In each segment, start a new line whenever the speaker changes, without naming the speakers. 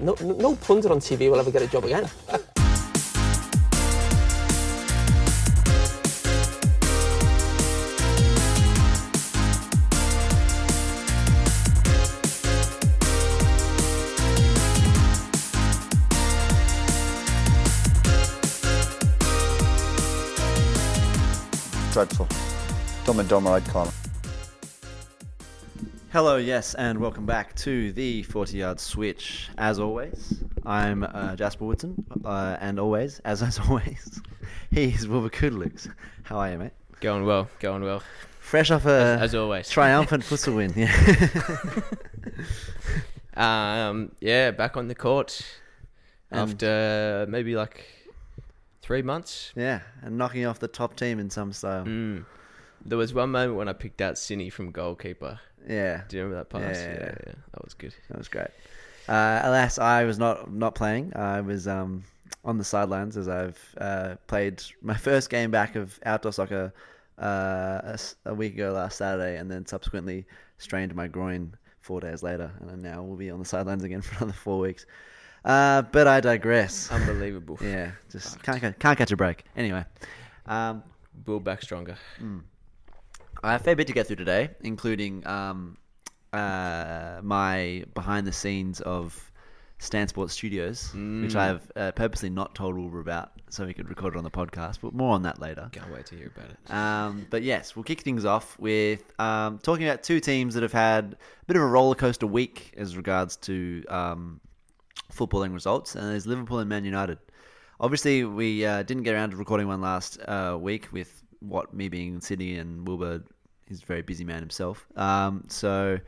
No, no, no plunger on TV will ever get a job again.
Dreadful. Dumb and dumber, I'd call it.
Hello, yes, and welcome back to the 40 yard switch. As always, I'm uh, Jasper Woodson, uh, and always, as as always, he's Wilbur Kudelux. How are you, mate?
Going well, going well.
Fresh off a
as always.
triumphant futsal win. Yeah.
Um, yeah, back on the court
And-
after maybe like three months.
yeah, and knocking off the top team in some style.
Mm. There was one moment when I picked out Cinny from goalkeeper.
Yeah,
Do you remember that pass?
Yeah.
that was good.
that was great. Uh, alas, I was not not playing. I was um, on the sidelines as I've uh, played my first game back of outdoor soccer uh, a, s- a week ago last Saturday, and then subsequently strained my groin four days later, and I now will be on the sidelines again for another four weeks. Uh, but I digress.
Um, Unbelievable.
yeah, just can't ca- can't catch a break. Anyway, um,
Build back stronger.
Mm. I have a fair bit to get through today, including um, uh, my behind the scenes of Stan Sports Studios, which I've uh, purposely not told Wilbur about so he could record it on the podcast, but more on that later.
Can't wait to hear about it.
Um, but yes, we'll kick things off with um, talking about two teams that have had a bit of a roller coaster week as regards to um, footballing results, and there's Liverpool and Man United. Obviously, we uh, didn't get around to recording one last uh, week with what me being in Sydney and Wilbur, he's a very busy man himself. Um, so,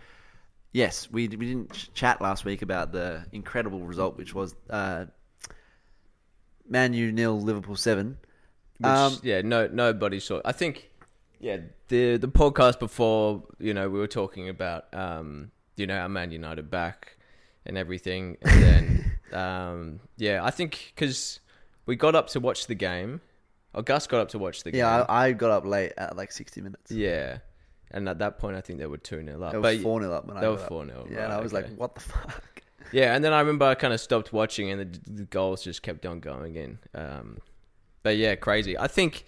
yes, we, we didn't ch- chat last week about the incredible result, which was uh, Man U nil, Liverpool seven.
Which,
Um,
yeah, no, nobody saw. I think, yeah, the the podcast before, you know, we were talking about, um, you know, our Man United back and everything, and then, um, yeah, I think because we got up to watch the game, or Gus got up to watch the
Yeah,
game,
I, I got up late at like 60 minutes.
yeah, and at that point, I think they were two 0 up,
They were
but
4 0 up when I
they
got
were
up.
4-0,
Yeah, and
right,
I was
okay.
like, what the fuck?
yeah, and then I remember I kind of stopped watching, and the, the goals just kept on going in, um, but yeah, crazy. I think.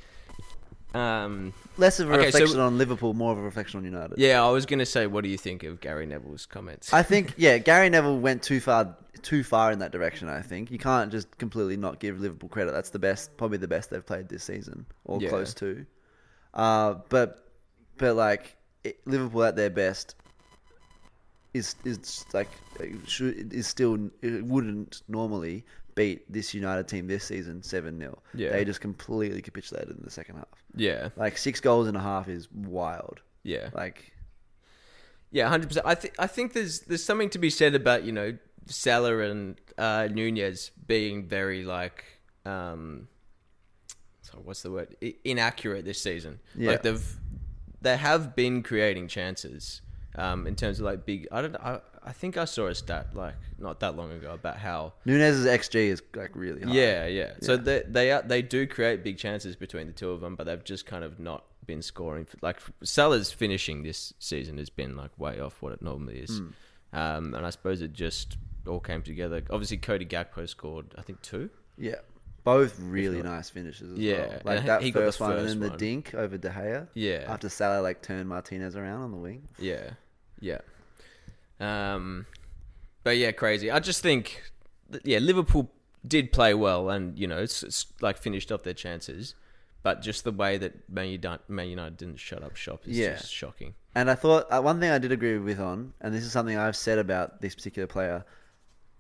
Um,
Less of a
Okay, so-
reflection on Liverpool, more of a reflection on United.
yeah, I was gonna say, what do you think of Gary Neville's comments?
I think, yeah, Gary Neville went too far too far in that direction, I think. You can't just completely not give Liverpool credit. That's the best, probably the best they've played this season, or
Yeah.
close to. Uh, but, but like, it, Liverpool at their best is is like should is still it wouldn't normally beat this United team this season seven 0
Yeah.
They just completely capitulated in the second half.
Yeah,
Like six goals and a half is wild.
yeah,
Like
yeah, hundred percent. I think I think there's there's something to be said about you know Salah and uh, Nunez being very like, um, so what's the word? I- inaccurate this season.
Yeah.
Like they've they have been creating chances. Um, in terms of like big, I don't. I, I think I saw a stat like not that long ago about how.
Nunez's XG is like really high.
Yeah, yeah. So they they are, they do create big chances between the two of them, but they've just kind of not been scoring. Like Salah's finishing this season has been like way off what it normally is, um, and I suppose it just all came together. Obviously, Cody Gakpo scored, I think two.
Yeah. Both really nice finishes as
Yeah,
well.
and
Like
he-
that
he got the
first, one and
first
then the
one.
dink over De Gea.
Yeah.
After Salah like turned Martinez around on the wing.
Yeah, yeah. Um, but yeah, crazy. I just think, that, yeah, Liverpool did play well, and you know, it's, it's like finished off their chances. But just the way that Man United, Man United didn't shut up shop is
Yeah.
just shocking.
And I thought uh, one thing I did agree with on, and this is something I've said about this particular player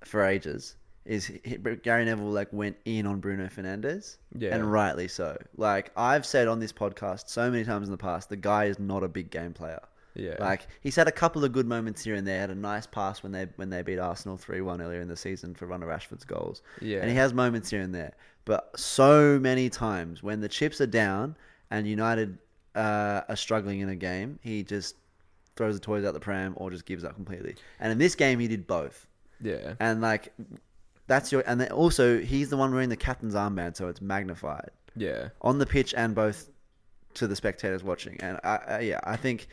for ages, is he- he- Gary Neville like went in on Bruno Fernandez,
Yeah.
and rightly so. Like I've said on this podcast so many times in the past, the guy is not a big game player.
Yeah.
like he's had a couple of good moments here and there. Had a nice pass when they when they beat Arsenal three one earlier in the season for one of Rashford's goals.
Yeah.
and he has moments here and there. But so many times when the chips are down and United uh, are struggling in a game, he just throws the toys out the pram or just gives up completely. And in this game, he did both.
Yeah.
And like, that's your. And then also, he's the one wearing the captain's armband, so it's magnified
Yeah.
on the pitch and both to the spectators watching. And I, I yeah, I think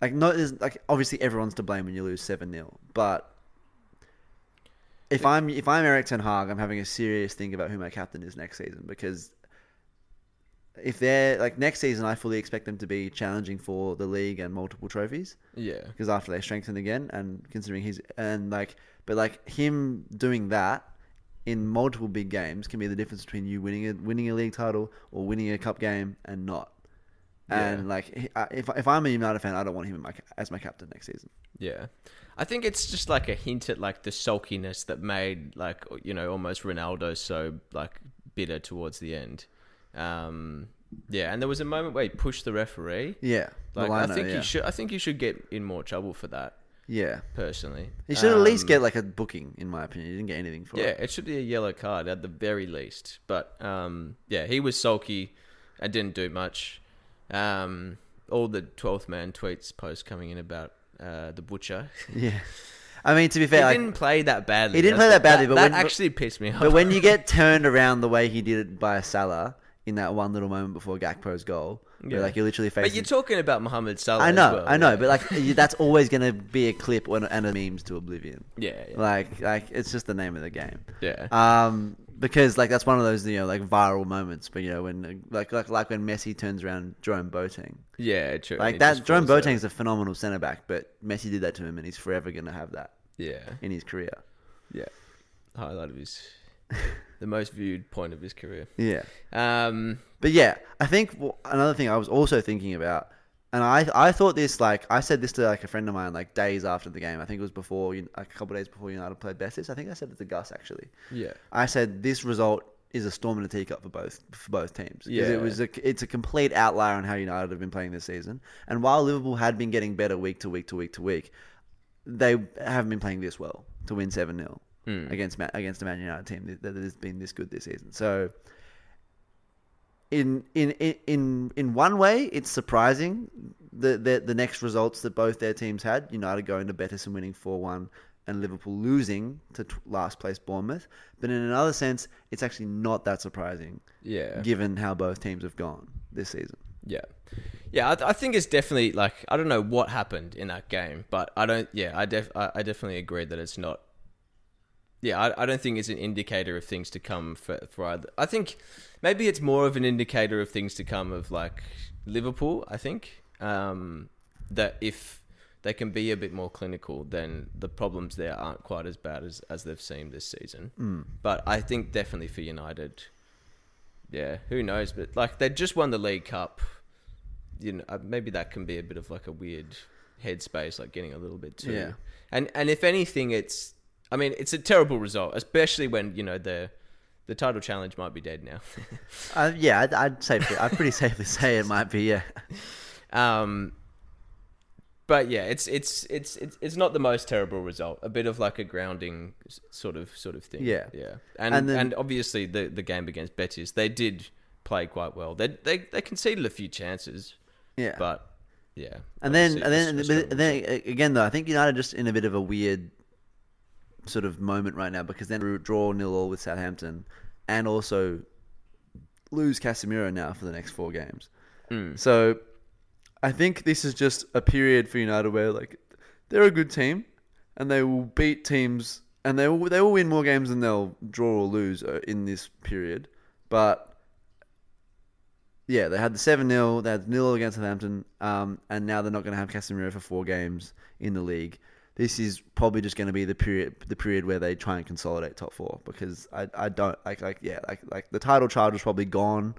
like no, there's like obviously everyone's to blame when you lose seven 0 but if I'm if I'm Eric Ten Hag, I'm having a serious think about who my captain is next season because if they're like next season, I fully expect them to be challenging for the league and multiple trophies
Yeah.
because after they strengthen again and considering he's and like but like him doing that in multiple big games can be the difference between you winning a winning a league title or winning a cup game and not. And like he- I- if if I'm a United fan, I don't want him in my, ca- as my captain next season.
Yeah. I think it's just like a hint at like the sulkiness that made like you know almost Ronaldo so like bitter towards the end. Um yeah, and there was a moment where he pushed the referee.
Yeah,
Like
Milano,
I think
yeah.
he should I think he should get in more trouble for that
Yeah,
personally.
he should at least
Um,
get like a booking, in my opinion. He didn't get anything for
Yeah,
it.
it should be a yellow card at the very least. But um, yeah, he was sulky and didn't do much. Um, all the 12th man tweets posts coming in about uh, the butcher.
Yeah, I mean to be
he
fair, like,
didn't play that badly.
He didn't
That's
play that
the-
badly, but
that
when-
actually pissed me off.
But when you get turned around the way he did it by Salah in that one little moment before Gakpo's goal,
Yeah.
where like you're literally facing.
but you're talking about Mohamed Salah.
I
as
know,
well,
I know,
yeah.
but like you- that's always gonna be a clip and, and a memes to oblivion.
yeah, yeah,
Like, like it's just the name of the game.
yeah,
Um, because like that's one of those you know like viral moments. But you know when like like like when Messi turns around Jerome Boateng,
yeah, true.
like
It
that.
just
Jerome
falls out.
Boateng's a phenomenal centre back, but Messi did that to him, and he's forever gonna have that
Yeah,
in his career.
yeah. Highlight of his, the most viewed point of his career.
Yeah.
Um,
But yeah, I think w- another thing I was also thinking about, and I I thought this like I said this to like a friend of mine like days after the game. I think it was before you- a couple of days before United played Betis. I think I said it to Gus actually.
yeah,
I said this result is a storm in a teacup for both for both teams. 'Cause
Yeah.
it was a, it's a complete outlier on how United have been playing this season. And while Liverpool had been getting better week to week to week to week, they haven't been playing this well to win seven 0
Hmm.
against Ma- against a Man United team that- that has been this good this season. So. In, in in- in in one way, it's surprising the, the the next results that both their teams had. United going to Betis and winning four one, and Liverpool losing to t- last place Bournemouth. But in another sense, it's actually not that surprising,
yeah.
given how both teams have gone this season.
Yeah, yeah. I, th- I think it's definitely like I don't know what happened in that game, but I don't. Yeah, I def I, I definitely agree that it's not. Yeah, I, I don't think it's an indicator of things to come for for either. I think maybe it's more of an indicator of things to come of like Liverpool. I think um, that if they can be a bit more clinical, then the problems there aren't quite as bad as as they've seemed this season. But I think definitely for United, yeah, who knows? But like they just won the League Cup, you know. uh, Maybe that can be a bit of like a weird headspace, like getting a little bit too.
Yeah.
And and if anything, it's I mean it's a terrible result, especially when you know the the title challenge might be dead now.
Uh, yeah, I'd, I'd safely, I'd pretty safely say it might be. Yeah,
um, but yeah, it's it's it's it's it's not the most terrible result. A bit of like a grounding s- sort of sort of thing.
Yeah.
yeah. And and,
And then-
obviously the the game against Betis, they did play quite well. They they they conceded a few chances,
yeah.
but yeah.
and then
obviously
and
it's
then
just
but
a-
then again though, I think United are just in a bit of a weird sort of moment right now because then we draw nil all with Southampton, and also lose Casemiro now for the next four games. So I think this is just a period for United where like they're a good team and they will beat teams and they will they will win more games than they'll draw or lose uh, in this period. But yeah, they had the seven 0 they had nil against Southampton, um, and now they're not going to have Casemiro for four games in the league. This is probably just going to be the period the period where they try and consolidate top four because I, I don't like like yeah like like the title charge was probably gone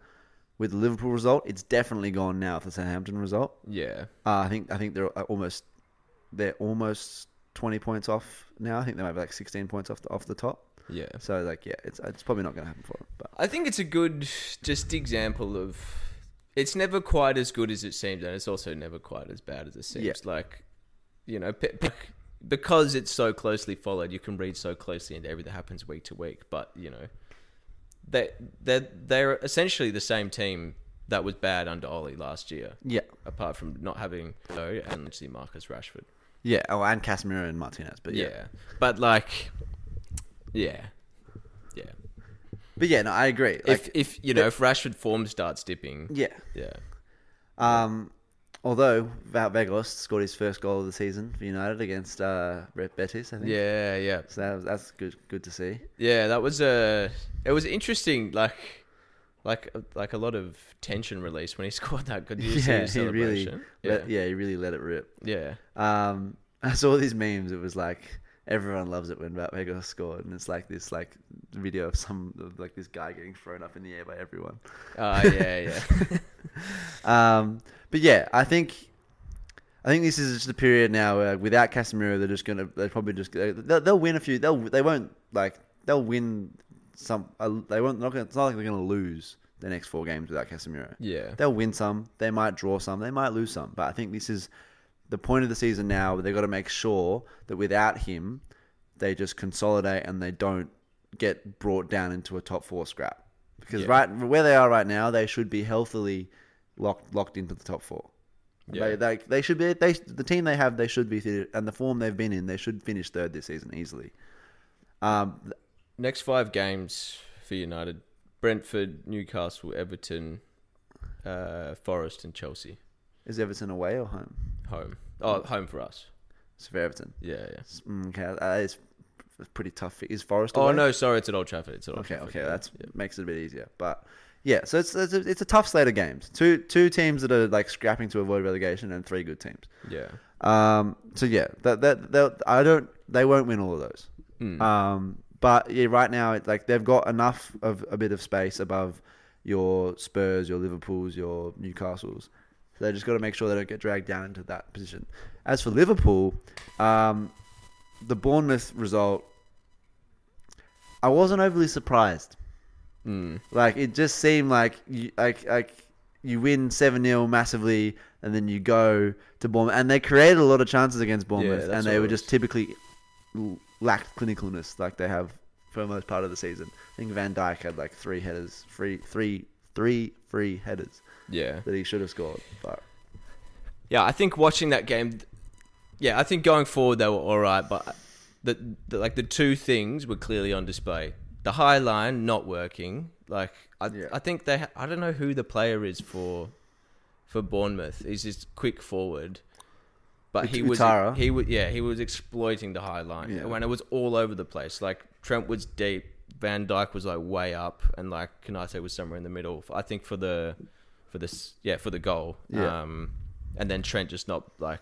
with the Liverpool result. It's definitely gone now with the Southampton result.
yeah,
Uh, I think I think they're almost they're almost twenty points off now. I think they might be like sixteen points off the, off the top.
yeah.
So like yeah, it's it's probably not going to happen for them. But
I think it's a good just example of it's never quite as good as it seems, and it's also never quite as bad as it seems.
Yeah.
Like you know, pe- pe- because it's so closely followed, you can read so closely into everything that happens week to week. But you know, they they they're essentially the same team that was bad under Ollie last year,
yeah,
apart from not having Joe and actually Marcus Rashford.
yeah. Oh, and Casemiro and Martinez. But
Yeah.
yeah.
but like, yeah, yeah.
but yeah, no, I agree. Like
if if you know if Rashford form starts dipping,
yeah,
yeah.
um, Although Val Vegas scored his first goal of the season for United against uh, Red Betis, I think.
Yeah, yeah,
So that, that's good. Good to see.
yeah. That was uh It was interesting. Like, like, like a lot of tension released when he scored that. Good. Did you see his
he really.
celebration?
Let, yeah, he really let it rip.
yeah.
Um, I saw these memes. It was like everyone loves it when Vega scored, and it's like this like video of some of, like this guy getting thrown up in the air by everyone.
Uh, yeah, yeah.
Um, but yeah, I think I think this is just the period now where without Casemiro, they're just gonna they're probably just they'll, they'll win a few. They'll they won't like they'll win some. Uh, they won't. Not gonna, it's not like they're gonna lose the next four games without Casemiro.
Yeah.
They'll win some. They might draw some. They might lose some. But I think this is the point of the season now. Where they've got to make sure that without him, they just consolidate and they don't get brought down into a top four scrap. Because
Yeah.
right where they are right now, they should be healthily locked locked into the top four. They,
Yeah.
they they should be they the team they have they should be thi- and the form they've been in they should finish third this season easily. Um,
Next five games for United: Brentford, Newcastle, Everton, uh, Forest, and Chelsea.
is Everton away or home?
Home. Oh, home for us.
It's for Everton.
Yeah, yeah.
It's- mm, Okay, that is a pretty tough. Is Forest?
Oh
away?
no, sorry, it's at Old Trafford. It's at Old
Okay,
Trafford.
okay, that makes it a bit easier. But yeah, so it's it's a, it's a tough slate of games. Two two teams that are like scrapping to avoid relegation and three good teams.
yeah.
Um, so yeah, that that they'll- I don't they won't win all of those. Um, but yeah, right now it's like they've got enough of a bit of space above your Spurs, your Liverpool's, your Newcastle's. So they just got to make sure they don't get dragged down into that position. As for Liverpool, um, the Bournemouth result, I wasn't overly surprised.
Hmm.
Like it just seemed like you like like you win seven 0 massively, and then you go to Bournemouth, and they created a lot of chances against Bournemouth,
that's
and
what
they
it
were
was.
just typically l- lacked clinicalness like they have for most part of the season. I think Van Dijk had like three headers, three three three free headers
Yeah.
that he should have scored, but
Yeah, I think watching that game, yeah, I think going forward they were all right, but the, the like the two things were clearly on display: the high line not working. Like I,
Yeah.
I think they, ha- I don't know who the player is for, for Bournemouth. He's just quick forward, but
Ut-
he was
Utara.
he was yeah he was exploiting the high line
Yeah.
when it was all over the place. Like Trent was deep, Van Dyke was like way up, and like Canate was somewhere in the middle. I think for the for this yeah for the goal.
Yeah.
Um, and then Trent just not like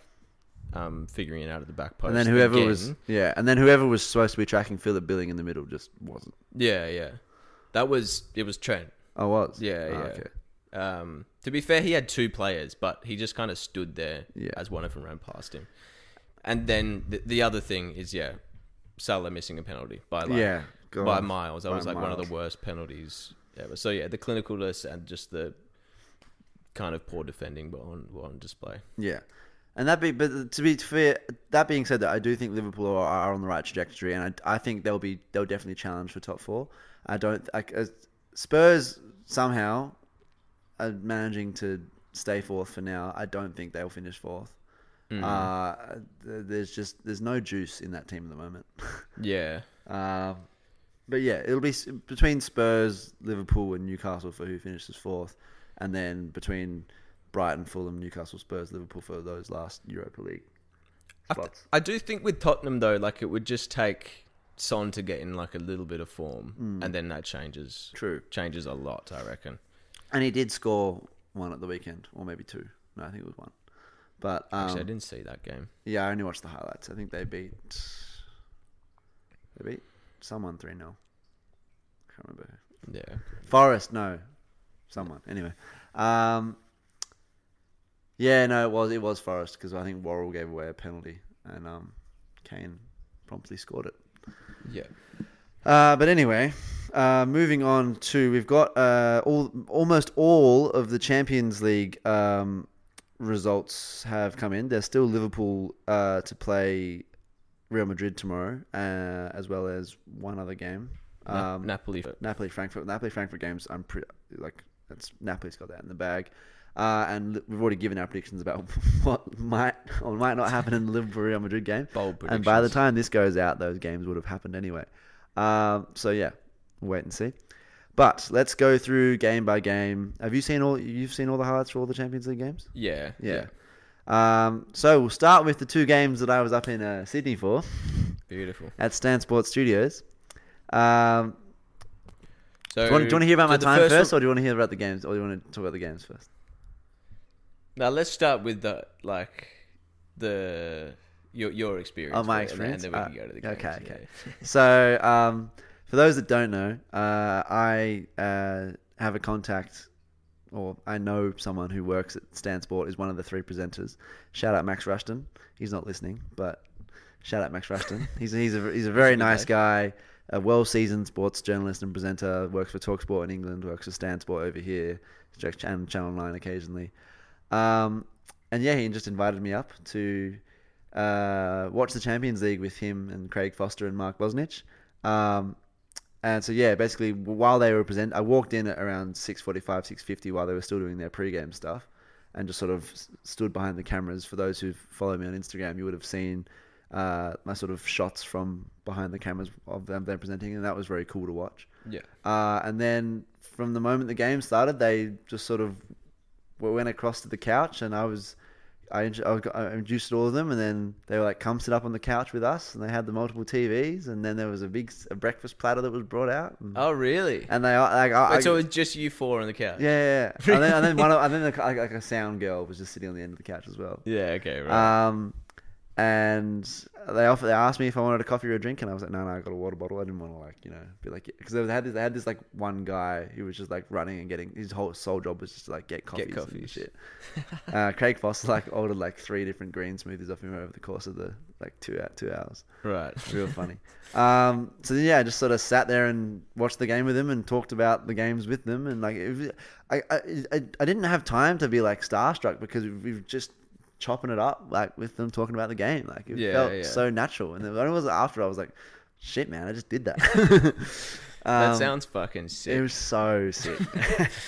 um figuring it out at the back post.
and then whoever
again.
was yeah, and then whoever was supposed to be tracking Philip Billing in the middle just wasn't.
yeah yeah that was it was Trent.
I was
Yeah,
Ah,
yeah. Um, to be fair, he had two players, but he just kind of stood there
Yeah.
as one of them ran past him. And then the, the other thing is, yeah, Salah missing a penalty by like
Yeah, God.
by miles. That
By
was like one of
miles.
the worst penalties ever. So yeah, the clinicalness and just the kind of poor defending were on were on display.
Yeah, and that be but to be fair, that being said, that I do think Liverpool are, are on the right trajectory, and I, I think they'll be they'll definitely challenge for top four. I don't I, as- Spurs somehow are managing to stay fourth for now. I don't think they'll finish fourth.
Mm-hmm.
Uh, th- there's just there's no juice in that team at the moment.
Yeah,
Um, but yeah, it'll be s- between Spurs, Liverpool, and Newcastle for who finishes fourth, and then between Brighton, Fulham, Newcastle, Spurs, Liverpool for those last Europa League
I, th-
spots.
I do think with Tottenham though, like it would just take Son to get in like a little bit of form,
Mm.
and then that changes.
True.
changes a lot, I reckon.
And he did score one at the weekend, or maybe two. No, I think it was one. But um,
Actually, I didn't see that game.
yeah, I only watched the highlights. I think they beat they beat someone three 0 Can't remember. who.
Yeah.
Forest, no, someone. Anyway, um, yeah, no, it was it was Forest because I think Worrell gave away a penalty and um, Kane promptly scored it.
Yeah.
Uh, but anyway, uh, moving on to we've got uh, all almost all of the Champions League um, results have come in. There's still Liverpool uh, to play Real Madrid tomorrow, uh, as well as one other game.
Na-
Um,
Napoli.
Napoli Frankfurt Napoli Frankfurt games. I'm pretty like that's Napoli's got that in the bag, uh, and li- we've already given our predictions about what might or might not happen in the Liverpool Real Madrid game.
Bold
and by the
predictions.
time this goes out, those games would have happened anyway. Um, so yeah, we'll wait and see. But let's go through game by game. Have you seen all? You've seen all the highlights for all the Champions League games?
Yeah.
Yeah. Um, so we'll start with the two games that I was up in uh, Sydney for
Beautiful.
at Stan Sports Studios. Um,
So,
do, you want, do you want to hear about
so
my
the
time first,
one-
or do you want to hear about the games, or do you want to talk about the games first?
now let's start with the like the your your experience.
Oh, my
with it, and then- And then we
experience?
can go to the
Uh,
games,
okay, okay.
yeah.
so, um, for those that don't know, uh, I uh, have a contact, or I know someone who works at Stan Sport, is one of the three presenters. Shout out Max Rushton. He's not listening, but shout out Max Rushton. he's, he's, a, he's a very nice guy, a well seasoned sports journalist and presenter, works for Talksport in England, works for Stan Sport over here, and Channel 9 occasionally. Um, and yeah, he just invited me up to uh, watch the Champions League with him and Craig Foster and Mark Bosnich. Um, and so yeah, basically while they were present, I walked in at around six forty-five, six fifty, while they were still doing their pre-game stuff, and just sort of s- stood behind the cameras. For those who follow me on Instagram, you would have seen uh, my sort of shots from behind the cameras of them them presenting, and that was very cool to watch.
Yeah.
Uh, and then from the moment the game started, they just sort of w- went across to the couch, and I was, I, int- I, got, I introduced all of them, and then they were like, "Come sit up on the couch with us." And they had the multiple TVs, and then there was a big s- a breakfast platter that was brought out, and,
Oh really?
and they like, Uh, I, I,
Wait, so it's just you four on the couch.
yeah, yeah, yeah. and then and then one, of- and then like, like like a sound girl was just sitting on the end of the couch as well.
Yeah. Okay. Right.
Um, and they offered, they asked me if I wanted a coffee or a drink, and I was like, no, no, I got a water bottle. I didn't want to like, you know, be like, because they had this, they had this like one guy who was just like running and getting his whole sole job was just to, like get coffees,
Get
and
coffees.
shit. uh, Craig Foster like ordered like three different green smoothies off him over the course of the like two out two hours.
right.
Real funny. Um, so then, yeah, I just sort of sat there and watched the game with them and talked about the games with them, and like, it was, I, I, I, I didn't have time to be like starstruck because we we were just chopping it up like with them talking about the game. Like it
Yeah,
felt
yeah.
so natural. And then when it was after, I was like, shit, man, I just did that.
That
Um,
sounds fucking sick.
it was so sick.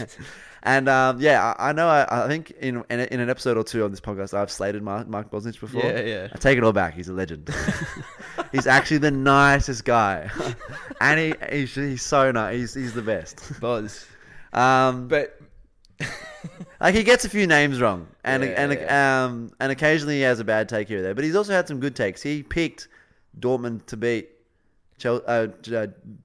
and um, yeah, I, I know. I, I think in, in in an episode or two on this podcast, I've slated Mark, Mark Bosnich before.
Yeah, yeah.
I take it all back. He's a legend. he's actually the nicest guy, and he, he's, he's so nice. He's, he's the best.
Buzz.
Um,
But
like he gets a few names wrong, and
Yeah,
and
yeah.
um and occasionally he has a bad take here or there. But he's also had some good takes. He picked Dortmund to beat Chelsea, uh,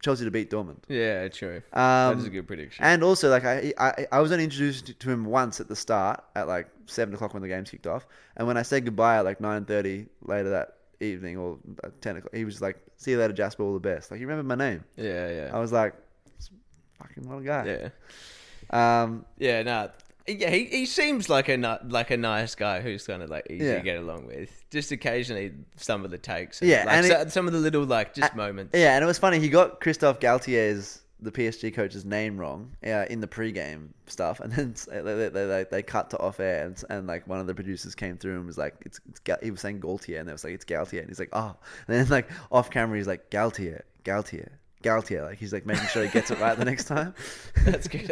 Chelsea to beat Dortmund.
yeah, true. that
Um,
is a good prediction.
And also, like I, I, I was only introduced to him once at the start, at like seven o'clock when the games kicked off. And when I said goodbye at like nine thirty later that evening or at ten o'clock, he was like, "See you later, Jasper. All the best." Like he remembered my name.
yeah,
I
yeah,
was like, "Fucking what a guy."
yeah,
Um,
yeah. Nah, yeah. He, he seems like a ni- like a nice guy who's kind of like easy
Yeah.
to get along with. Just occasionally some of the takes.
Yeah,
like,
and
so-
it-
some of the little like just moments.
yeah, and it was funny. He got Christophe Galtier's the PSG coach's name wrong uh, in the pre-game stuff, and then s- they, they, they, they cut to off air, and, s- and like one of the producers came through and was like, "It's, it's Gal-, he was saying Galtier," and they was like, "It's Galtier," and he's like, "Oh," and then like off camera, he's like, "Galtier, Galtier." Galtier, like he's like making sure he gets it right the next time.
That's good.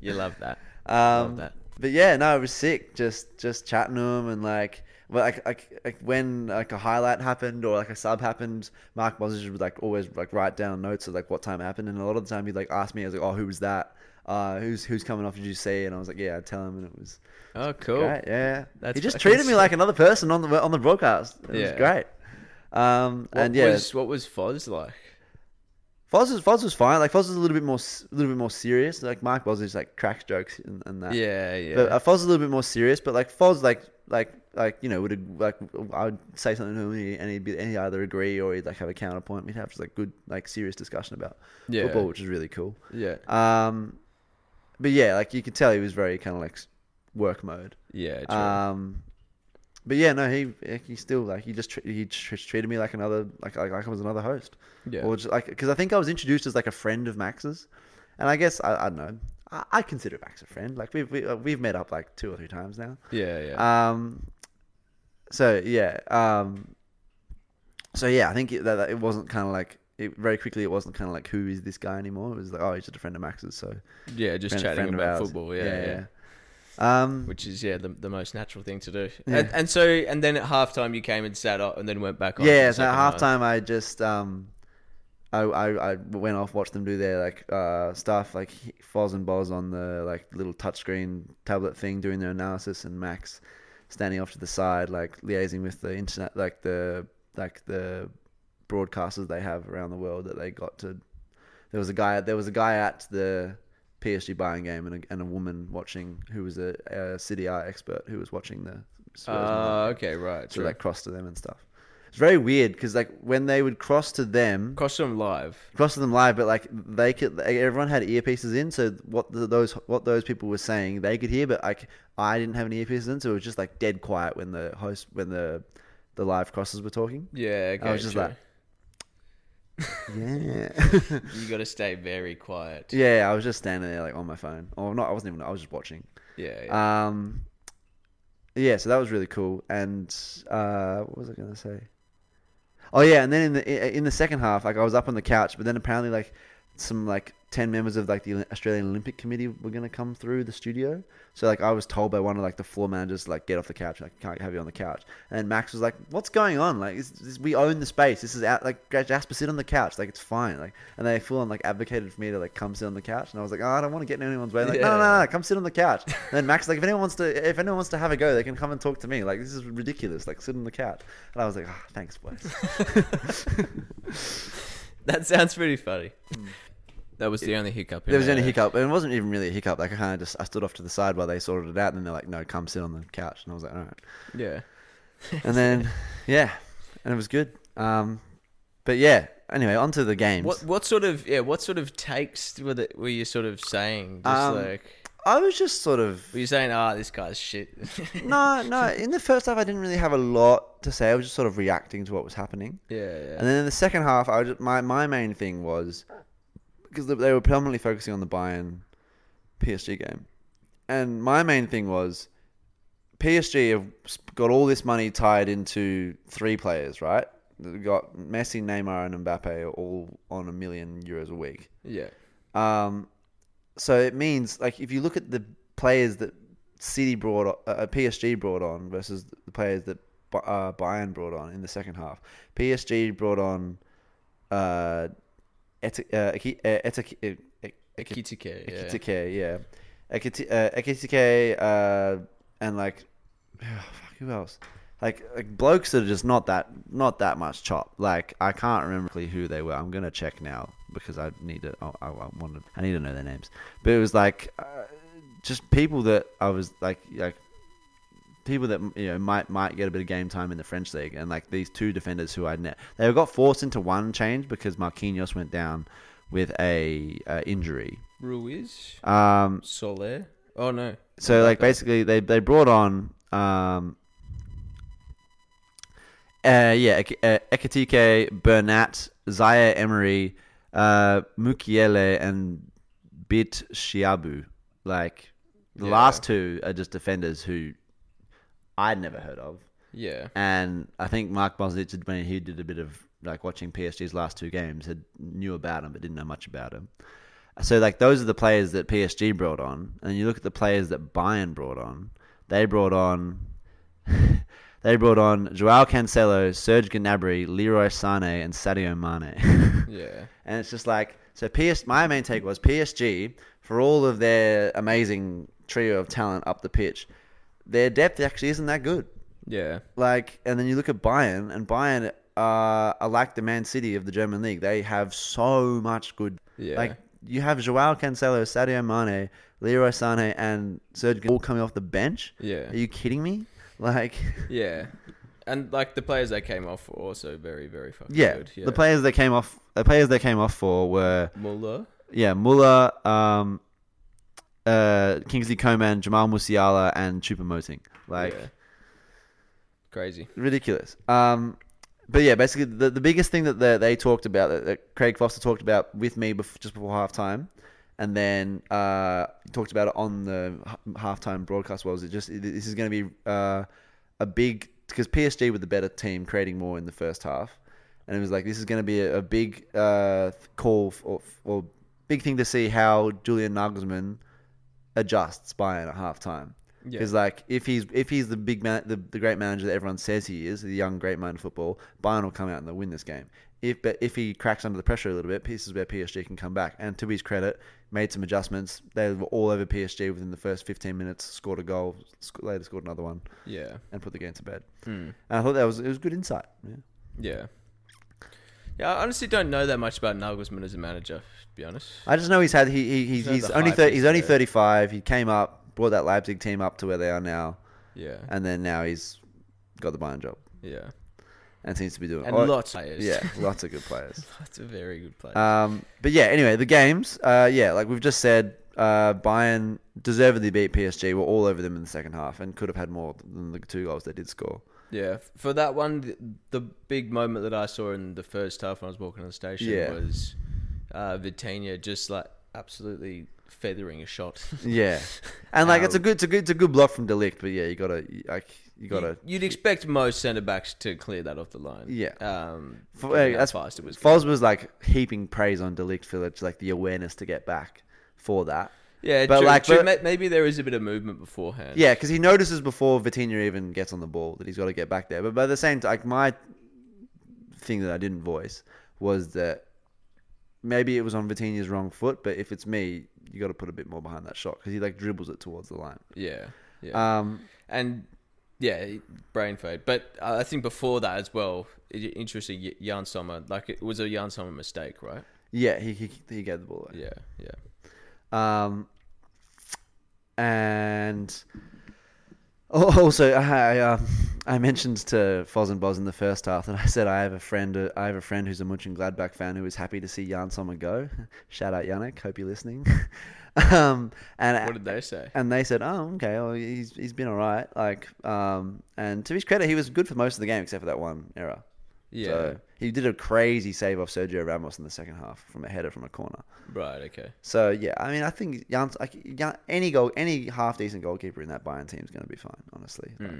you love that.
Um,
Love that.
But yeah, no, it was sick. Just just chatting to him and like, well, like, like, like when like a highlight happened or like a sub happened, Mark Bosnich would like always like write down notes of like what time it happened, and a lot of the time he'd like ask me, I was like, oh, who was that? Uh, who's who's coming off? Did you see? And I was like, yeah, I tell him, and it was
Oh, cool.
great. Yeah,
That's
he just
fucking
treated me
sick.
like another person on the on the broadcast. It
Yeah.
was great. Um,
What
and yeah,
was, what was Foz like?
Foz was, Foz was fine. Like Foz was a little bit more s- a little bit more serious. Like Mark Bosnich like cracks jokes and, and that.
Yeah, yeah.
But uh, Foz was a little bit more serious. But like Foz, like like like you know, would ag- like I would say something to him, and he- and he'd, be, and he'd either agree or he'd like have a counterpoint. We'd have just like good like serious discussion about
Yeah.
football, which is really cool.
yeah,
Um, but yeah, like you could tell he was very kind of like s- work mode.
yeah. True.
Um, but yeah, no, he he still like he just tr- he tr- treated me like another like like, like I was another host.
Yeah.
Or just like because I think I was introduced as like a friend of Max's, and I guess I, I don't know. I, I consider Max a friend. Like we've we, uh, we've met up like two or three times now.
yeah, yeah.
Um, so yeah, um, so yeah, I think it, that, that it wasn't kind of like it very quickly. It wasn't kind of like who is this guy anymore. It was like oh, he's just a friend of Max's. So
yeah, just
friend-
chatting
friend of
about
ours.
football. Yeah, yeah.
yeah. Um,
Which is yeah the, the most natural thing to do, and, and so and then at halftime you came and sat up and then went back on.
Yeah,
for
so
the
at
second
halftime I just um, I, I I went off watched them do their like uh stuff like Foz and Boz on the like little touchscreen tablet thing doing their analysis and Max standing off to the side, like liaising with the internet, like the like the broadcasters they have around the world that they got to. There was a guy. There was a guy at the PSG buying game, and a, and a woman watching who was a, a City Eye expert who was watching the. Spurs
Uh, okay, right.
so
True.
like cross to them and stuff. It's very weird because like when they would cross to them,
Cost them live.
cross to them live, but like they could, like, everyone had earpieces in, so what the, those what those people were saying they could hear, but like I didn't have any earpieces in, so it was just like dead quiet when the host when the the live crosses were talking.
Yeah, okay.
I was just
true.
like, yeah,
you got to stay very quiet. Yeah,
yeah. I was just standing there like on my phone, or not. I wasn't even. I was just watching.
yeah.
Um, yeah, so that was really cool. And uh, what was I gonna say? Oh yeah, and then in the in the second half, like I was up on the couch, but then apparently like some like ten members of like the Australian Olympic Committee were gonna come through the studio. So like I was told by one of like the floor managers to, like get off the couch, like can't have you on the couch. And Max was like, "What's going on? Like it's, it's, we own the space. This is out. Like Jasper, sit on the couch. Like it's fine. Like and they full on like advocated for me to like come sit on the couch. And I was like, oh, I don't want to get in anyone's way. Like no, no,
Yeah.
no, no, come sit on the couch. And then Max like, if anyone wants to, if anyone wants to have a go, they can come and talk to me. Like this is ridiculous. Like sit on the couch. And I was like, ah, thanks, boys.
that sounds pretty funny. Hmm. That was the only hiccup. in
there was
it.
only hiccup, and it wasn't even really a hiccup. Like I kind of just I stood off to the side while they sorted it out, and then they're like, no, come sit on the couch. And I was like, all right.
Yeah.
And then yeah, and it was good. Um, but yeah. Anyway, onto the games.
What what sort of yeah? What sort of takes were the, were you sort of saying? Just
Um,
like
I was just sort of
were you saying, ah, this guy's shit.
no, no. In the first half, I didn't really have a lot to say. I was just sort of reacting to what was happening.
yeah, yeah.
And then in the second half, I was just, my my main thing was because they were predominantly focusing on the Bayern PSG game, and my main thing was PSG have sp- got all this money tied into three players, right? They've got Messi, Neymar, and Mbappe all on a million euros a week.
yeah.
Um, so it means like if you look at the players that City brought, o- uh, PSG brought on versus the players that Ba- uh, Bayern brought on in the second half. PSG brought on uh, Eti- uh, Eki- uh, Eti- uh, Ek- Ek-
Ekitike, yeah.
Ekitike, yeah, Ekiti- uh, Ekitike, uh, and like fuck, who else? Like, like blokes that are just not that not that much chop. Like I can't remember exactly who they were. I'm gonna check now because I need to. Oh, I, I wanted. I need to know their names. But it was like uh, just people that I was like like people that you know might might get a bit of game time in the French league, and like these two defenders who I net they got forced into one change because Marquinhos went down with a uh, injury.
Ruiz,
Um,
Soler. Oh no.
so like basically they they brought on um uh yeah Ek- uh, Ekatike, Bernat, Zaire Emery, uh Mukiele and Bit Shiabu. Like the
Yeah.
last two are just defenders who I'd never heard of.
Yeah.
And I think Mark Bosnich, had- when he did a bit of like watching PSG's last two games, had knew about him but didn't know much about him. So like those are the players that PSG brought on, and you look at the players that Bayern brought on. They brought on, they brought on Joao Cancelo, Serge Gnabry, Leroy Sané, and Sadio Mane.
Yeah.
And it's just like so. PS. My main take was PSG for all of their amazing trio of talent up the pitch, their depth actually isn't that good.
Yeah.
Like, and then you look at Bayern, and Bayern uh, are like the Man City of the German league. They have so much good.
Yeah.
Like, you have Joao Cancelo, Sadio Mane, Leroy Sané, and Serge Gnabry all coming off the bench.
Yeah.
Are you kidding me? Like,
Yeah. And like the players they came off were also very, very fucking
yeah,
good. Yeah.
the players they came off, the players they came off for were
Muller.
yeah Muller, um, uh, Kingsley Coman, Jamal Musiala, and Chupamoting. Like.
yeah. Crazy.
ridiculous. Um, but yeah, basically the, the biggest thing that they, they talked about that, that Craig Foster talked about with me bef- just before halftime, and then uh, talked about it on the ha- halftime broadcast was it just this is going to be uh, a big because PSG were the better team, creating more in the first half, and it was like this is going to be a, a big uh, call f- or, or big thing to see how Julian Nagelsmann adjusts Bayern at halftime.
Yeah.
Because like if he's if he's the big man, the, the great manager that everyone says he is, the young great man of football, Bayern will come out and they'll win this game. if but if he cracks under the pressure a little bit, pieces where PSG can come back. And to his credit, made some adjustments. They were all over PSG within the first 15 minutes. Scored a goal. sc- Later scored another one
Yeah.
and put the game to bed.
Hmm.
And I thought that was it was good insight. Yeah.
Yeah. Yeah, I honestly don't know that much about Nagelsmann as a manager, to be honest.
I just know he's had he, he he's,
had
he's
the
only
hype
thir- he's only
yesterday.
35. He came up, brought that Leipzig team up to where they are now,
Yeah.
and then now he's got the Bayern job
Yeah.
and seems to be doing
And
oh,
lots of players.
Yeah, lots of good players.
That's a very good player.
Um, but yeah, anyway, the games. Uh, yeah, like we've just said, uh, Bayern deservedly beat PSG. Were all over them in the second half and could have had more than the two goals they did score.
yeah. For that one, th- the big moment that I saw in the first half when I was walking on the station
Yeah.
was uh, Vitinha just like absolutely feathering a shot.
Yeah, and like it's a good, it's a good, it's a good block from Delict. But yeah, you gotta, like, you gotta.
You'd expect most centre backs to clear that off the line.
Yeah.
Um,
For,
given
hey,
how
that's
fast. It was.
Foz was like heaping praise on Delict for it's like the awareness to get back for that.
Yeah,
but
true,
like,
true.
but-
Ma- maybe there is a bit of movement beforehand.
Yeah, because he notices before Vitinha even gets on the ball that he's got to get back there. But by the same time, like my thing that I didn't voice was that maybe it was on Vitinha's wrong foot, but if it's me, you got to put a bit more behind that shot because he like dribbles it towards the line.
yeah, yeah.
Um,
and yeah, brain fade. But uh, I think before that as well, i- interesting. Y- Jan Sommer, like it was a Jan Sommer mistake, right?
yeah, he he, he gave the ball away.
Yeah, yeah,
Um, and al- also, I um, I mentioned to Foz and Boz in the first half that I said I have a friend uh, I have a friend who's a Munchen Gladbach fan who is happy to see Jan Sommer go. Shout out Yannick, hope you're listening. um, and
What did they say?
and they said, "Oh, okay. Well, he's he's been all right. Like, um, and to his credit, he was good for most of the game except for that one error.
Yeah,
So he did a crazy save off Sergio Ramos in the second half from a header from a corner.
right. Okay.
So yeah, I mean, I think Jan's, like, Jan, any goal, any half decent goalkeeper in that Bayern team is going to be fine, honestly. Like,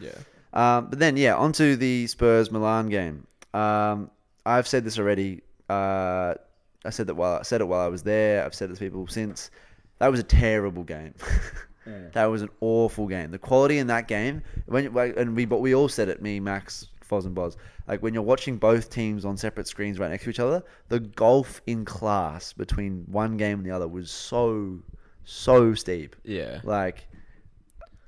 Yeah,
um, but then yeah, onto the Spurs Milan game. Um, I've said this already. Uh, I said that while I said it while I was there. I've said it to people since. That was a terrible game. That was an awful game. The quality in that game, when like, and we but we all said it. Me, Max, Foz, and Boz. Like when you're watching both teams on separate screens right next to each other, the gulf in class between one game and the other was so so steep.
yeah,
Like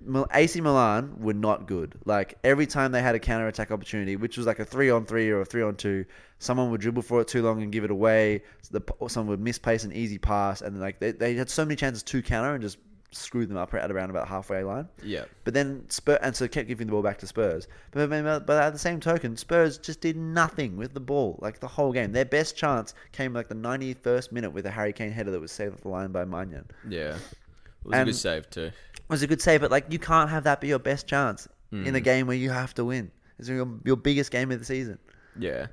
Mil- AC Milan were not good. Like every time they had a counter attack opportunity, which was like a three on three or a three on two, someone would dribble for it too long and give it away. So the, or someone would misplace an easy pass, and like they, they had so many chances to counter and just screw them up at around about halfway line.
yeah,
But then Spurs, and so kept giving the ball back to Spurs. But, but, but at the same token, Spurs just did nothing with the ball, like the whole game. Their best chance came like the 91st minute with a Harry Kane header that was saved off the line by Mannion.
yeah. It was a
And-
good save too.
It was a good save, but like you can't have that be your best chance in a game where you have to win. It's your, your biggest game of the season.
Yeah,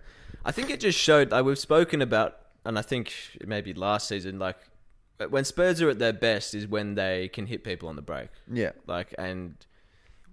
I think it just showed. Like we've spoken about, and I think maybe last season, like when Spurs are at their best is when they can hit people on the break.
Yeah,
Like, and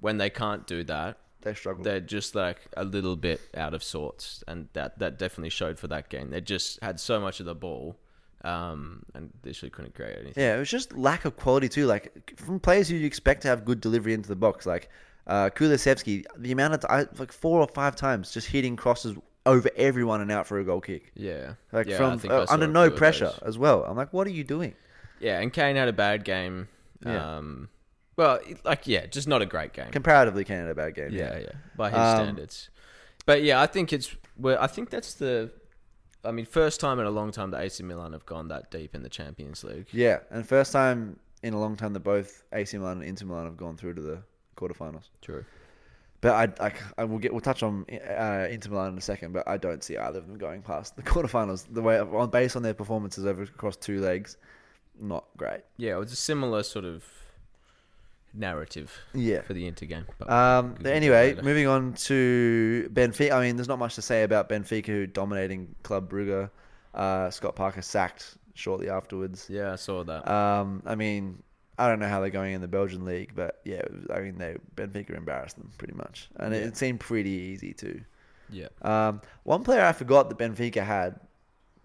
when they can't do that,
they struggled.
they're just like a little bit out of sorts, and that that definitely showed for that game. They just had so much of the ball, um, and literally couldn't create anything.
yeah, it was just lack of quality too. Like from players who you expect to have good delivery into the box, like uh, Kulisevsky, the amount of ti- like four or five times just hitting crosses over everyone and out for a goal kick.
Yeah,
Like
yeah, I
from
think I
uh,
saw
under
a
no
few of
pressure
those.
as well. I'm like, what are you doing?
Yeah, and Kane had a bad game.
Yeah.
Um, well, it- like yeah, just not a great game.
Comparatively, Canada a bad game.
yeah, yeah, by his
Um,
standards. But yeah, I think it's. Well, I think that's the. I mean, first time in a long time that AC Milan have gone that deep in the Champions League.
yeah. And first time in a long time that both AC Milan and Inter Milan have gone through to the quarterfinals.
True.
But I, I, I will get. We'll touch on uh, Inter Milan in a second. But I don't see either of them going past the quarterfinals. The way on based on their performances over across two legs, not great.
Yeah, it was a similar sort of narrative
Yeah.
for the Inter game. But
Um, but
we'll get to that
anyway,
later.
moving on to Benfica. I mean, there's not much to say about Benfica, who dominating Club Brugge. Uh, Scott Parker sacked shortly afterwards.
yeah, I saw that.
Um, I mean, I don't know how they're going in the Belgian league, but yeah, it was- I mean, they Benfica embarrassed them pretty much, and it, it seemed pretty easy too.
yeah.
Um, one player I forgot that Benfica had,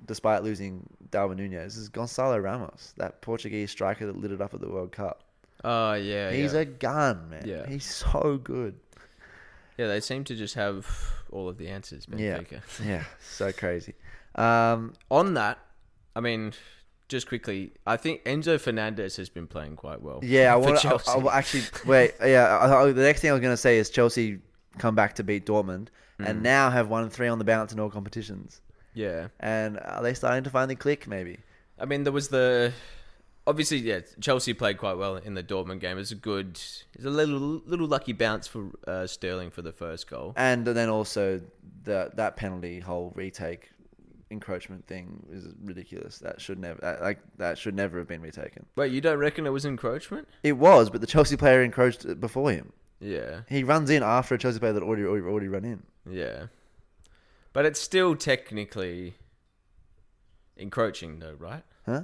despite losing Darwin Nunez, is Gonzalo Ramos, that Portuguese striker that lit it up at the World Cup.
Oh yeah.
He's
yeah.
a gun, man.
Yeah.
He's so good.
Yeah, they seem to just have all of the answers.
Yeah,
Benfica.
yeah, so crazy. Um,
On that, I mean, just quickly, I think Enzo Fernandez has been playing quite well.
yeah, I
for
want to.
Chelsea.
I, will actually wait. Yeah, I, I, the next thing I was going to say is Chelsea come back to beat Dortmund,
Mm.
and now have one and three on the balance in all competitions.
yeah.
And are they starting to finally click? Maybe.
I mean, there was the obviously, yeah. Chelsea played quite well in the Dortmund game. It was a good, it's a little little lucky bounce for uh, Sterling for the first goal.
And then also the that penalty whole retake encroachment thing is ridiculous. That should never that, like that should never have been retaken.
Wait, you don't reckon it was encroachment?
It was, but the Chelsea player encroached before him.
Yeah,
He runs in after a Chelsea player that already already, already run in.
yeah. But it's still technically encroaching, though, right?
Huh?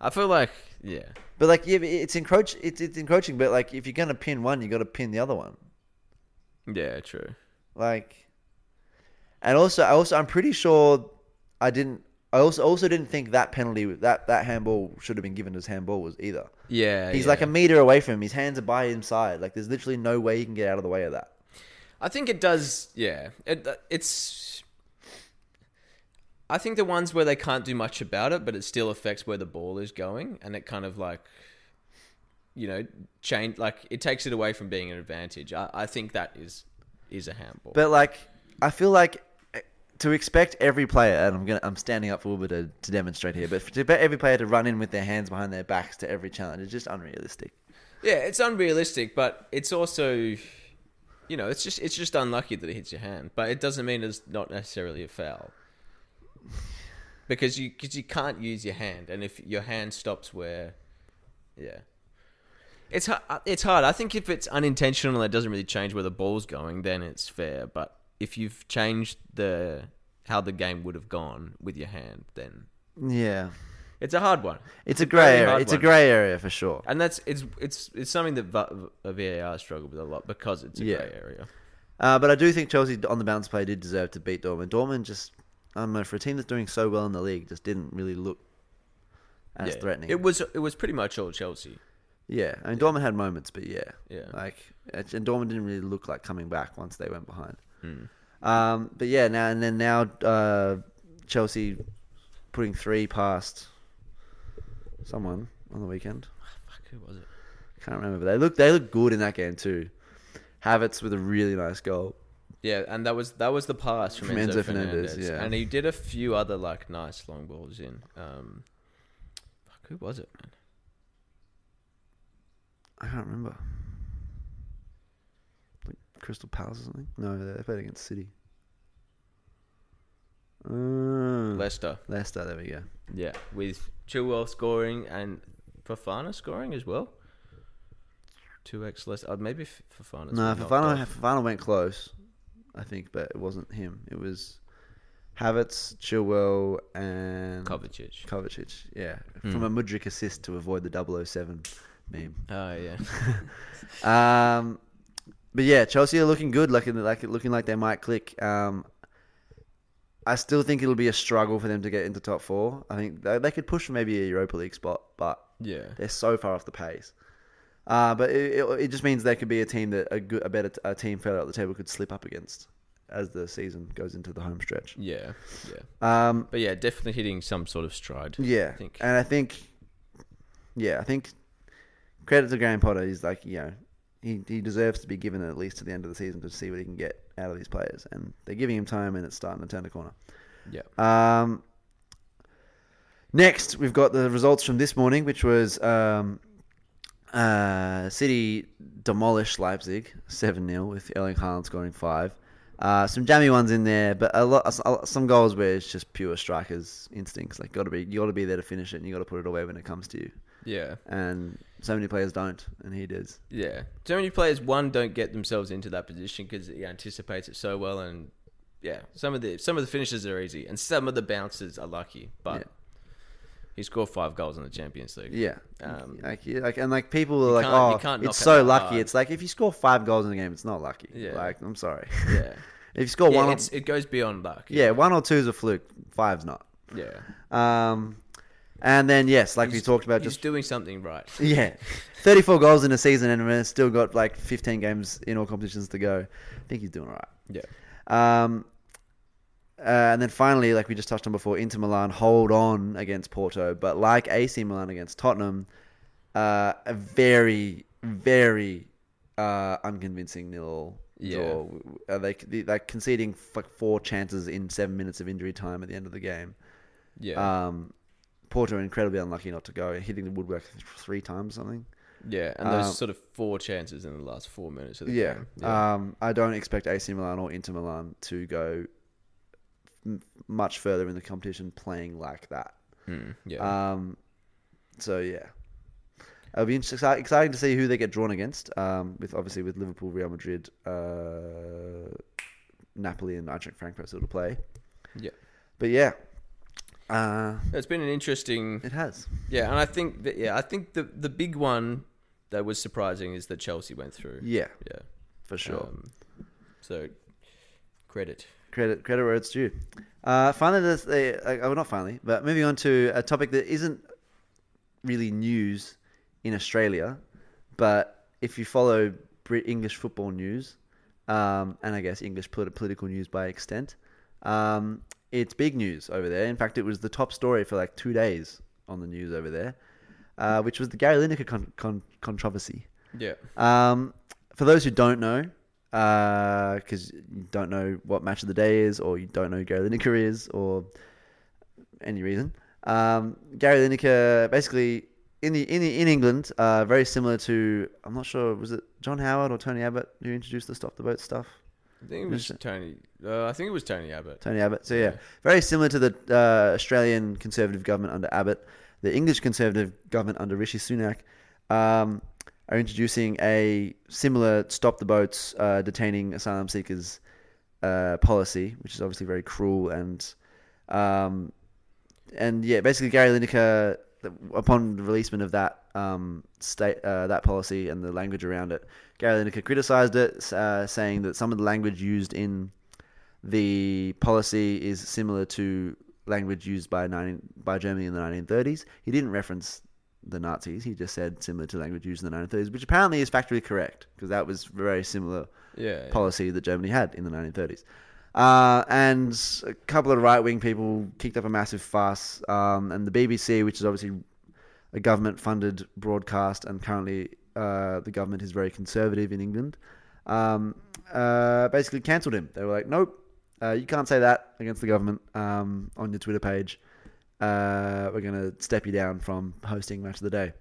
I feel like, yeah,
But like yeah, it's encroach it's, it's encroaching, but like if you're gonna pin one, you gotta pin the other one.
yeah, true.
Like and also I also I'm pretty sure I didn't I also also didn't think that penalty that that handball should have been given as handball was either.
Yeah,
He's
Uh, yeah.
like a meter away from him. His hands are by his side. Like there's literally no way he can get out of the way of that.
I think it does. Yeah, it uh, it's. I think the ones where they can't do much about it, but it still affects where the ball is going, and it kind of like, you know, change like it takes it away from being an advantage. I, I think that is is a handball.
But like I feel like eh, to expect every player, and I'm gonna I'm standing up for Wilbur to, to demonstrate here, but to expect every player to run in with their hands behind their backs to every challenge is just unrealistic.
yeah, it's unrealistic, but it's also, you know, it's just it's just unlucky that it hits your hand, but it doesn't mean it's not necessarily a foul. Because you cause you can't use your hand, and if your hand stops where, yeah, it's hu- uh, it's hard. I think if it's unintentional, it doesn't really change where the ball's going. Then it's fair. But if you've changed the how the game would have gone with your hand, then
Yeah,
it's a hard one.
it's a grey
very
area.
hard
It's a
one.
grey area for sure.
And that's it's it's it's something that va- uh, a VAR struggled with a lot because it's a
Yeah.
grey area.
Uh, but I do think Chelsea on the bounce play did deserve to beat Dortmund. Dortmund just I don't know for a team that's doing so well in the league just didn't really look as
Yeah.
threatening.
It was it was pretty much all Chelsea.
Yeah, I mean, Dortmund had moments, but yeah,
Yeah.
like and and Dortmund didn't really look like coming back once they went behind.
Hmm.
Um, but yeah, now and then now uh, Chelsea putting three past someone on the weekend.
Fuck, who was it?
Can't remember, but they look they look good in that game too. Havertz with a really nice goal.
Yeah, and that was that was the pass from,
From
Enzo,
Enzo Fernandez,
Fernandez.
yeah.
and he did a few other like nice long balls in. Um, fuck, who was it, man?
I can't remember. Like Crystal Palace or something? No, they played against City. Uh,
Leicester.
Leicester, there we go.
Hmm. Yeah, with Chilwell scoring and Fafana scoring as well. Two X less. Uh, maybe F- Fafana.
No, Fafana, Fafana went close, I think, but it wasn't him. It was Havertz, Chilwell, and
Kovacic.
Kovacic. Yeah, from a Mudrik assist to avoid the 007 meme.
Oh yeah.
Um, but yeah, Chelsea are looking good, looking like looking like they might click. Um, I still think it'll be a struggle for them to get into top four. I think they, they could push for maybe a Europa League spot, but
yeah.
they're so far off the pace. Uh, but it, it, it just means they could be a team that a good, a better t- a team further up the table could slip up against as the season goes into the home stretch.
Yeah. Yeah.
Um,
But yeah, definitely hitting some sort of stride.
yeah,
I think.
and I think, yeah, I think credit to Graham Potter. He's like, you know, he he deserves to be given at least to the end of the season to see what he can get out of these players, and they're giving him time, and it's starting to turn the corner.
Yeah.
Um, next, we've got the results from this morning, which was um, uh, City demolished Leipzig 7 0 with Erling Haaland scoring five. Uh, some jammy ones in there, but a lot, a- some goals where it's just pure strikers' instincts. Like, gotta be, you gotta be there to finish it, and you gotta put it away when it comes to you.
Yeah.
And so many players don't, and he does.
Yeah. So many players, one, don't get themselves into that position because he anticipates it so well, and yeah, some of the some of the finishes are easy, and some of the bounces are lucky. But
Yeah.
he scored five goals in the Champions League.
Yeah.
Um,
like, you- like, and like people are like,
can't- you
oh,
can't knock
it's
it
so
that
lucky.
hard.
It's like if you score five goals in a game, it's not lucky.
Yeah.
Like, I'm sorry.
Yeah.
If you score
Yeah,
one, or,
it's, it goes beyond luck.
yeah, one or two is a fluke. Five's not.
Yeah.
Um, And then yes, like we talked about,
He's
just
doing something right.
yeah, 34 goals in a season, and we've still got like 15 games in all competitions to go. I think he's doing all right.
Yeah.
Um, uh, and then finally, like we just touched on before, Inter Milan hold on against Porto, but like AC Milan against Tottenham, uh, a very, very uh, unconvincing nil.
Yeah.
draw. Uh, they they're conceding like four chances in seven minutes of injury time at the end of the game.
Yeah.
Um, Porto incredibly unlucky not to go, hitting the woodwork three times or something.
yeah. And those
um,
sort of four chances in the last four minutes of the
Yeah.
game.
Um, I don't expect AC Milan or Inter Milan to go m- much further in the competition playing like that.
Mm, yeah.
Um, so yeah, it'll be interesting, exciting to see who they get drawn against. Um, with obviously with Liverpool, Real Madrid, uh, Napoli, and Eintracht Frankfurt still to play.
Yeah.
But yeah, uh,
it's been an interesting.
it has.
Yeah, and I think that yeah, I think the the big one that was surprising is that Chelsea went through.
Yeah,
Yeah.
for sure.
Um, so credit.
credit credit where it's due. Uh, finally, there's a, uh, well, not finally, but moving on to a topic that isn't really news in Australia, but if you follow Brit English football news, um, and I guess English polit- political news by extent, um, it's big news over there. In fact, it was the top story for like two days on the news over there, uh, which was the Gary Lineker con- con- controversy.
Yeah.
Um, for those who don't know, because you don't know what match of the day is, or you don't know who Gary Lineker is, or any reason, um, Gary Lineker basically in the in the, in England, uh, very similar to I'm not sure was it John Howard or Tony Abbott who introduced the stop the boat stuff.
I think it was Tony. Uh, I think it was Tony Abbott.
Tony Abbott. So yeah, very similar to the uh, Australian Conservative government under Abbott, the English Conservative government under Rishi Sunak um, are introducing a similar "stop the boats, uh, detaining asylum seekers" uh, policy, which is obviously very cruel and um, and yeah, basically Gary Lineker, upon the releasement of that um, state uh, that policy and the language around it, Gary Lineker criticised it, uh, saying that some of the language used in the policy is similar to language used by 19, by Germany in the 1930s. He didn't reference the Nazis. He just said similar to language used in the 1930s, which apparently is factually correct because that was very similar
Yeah.
policy that Germany had in the 1930s. Uh, and a couple of right wing people kicked up a massive fuss. Um, and the BBC, which is obviously a government funded broadcast, and currently uh, the government is very conservative in England, um, uh, basically cancelled him. They were like, nope, uh, you can't say that against the government um, on your Twitter page. Uh, we're going to step you down from hosting Match of the Day.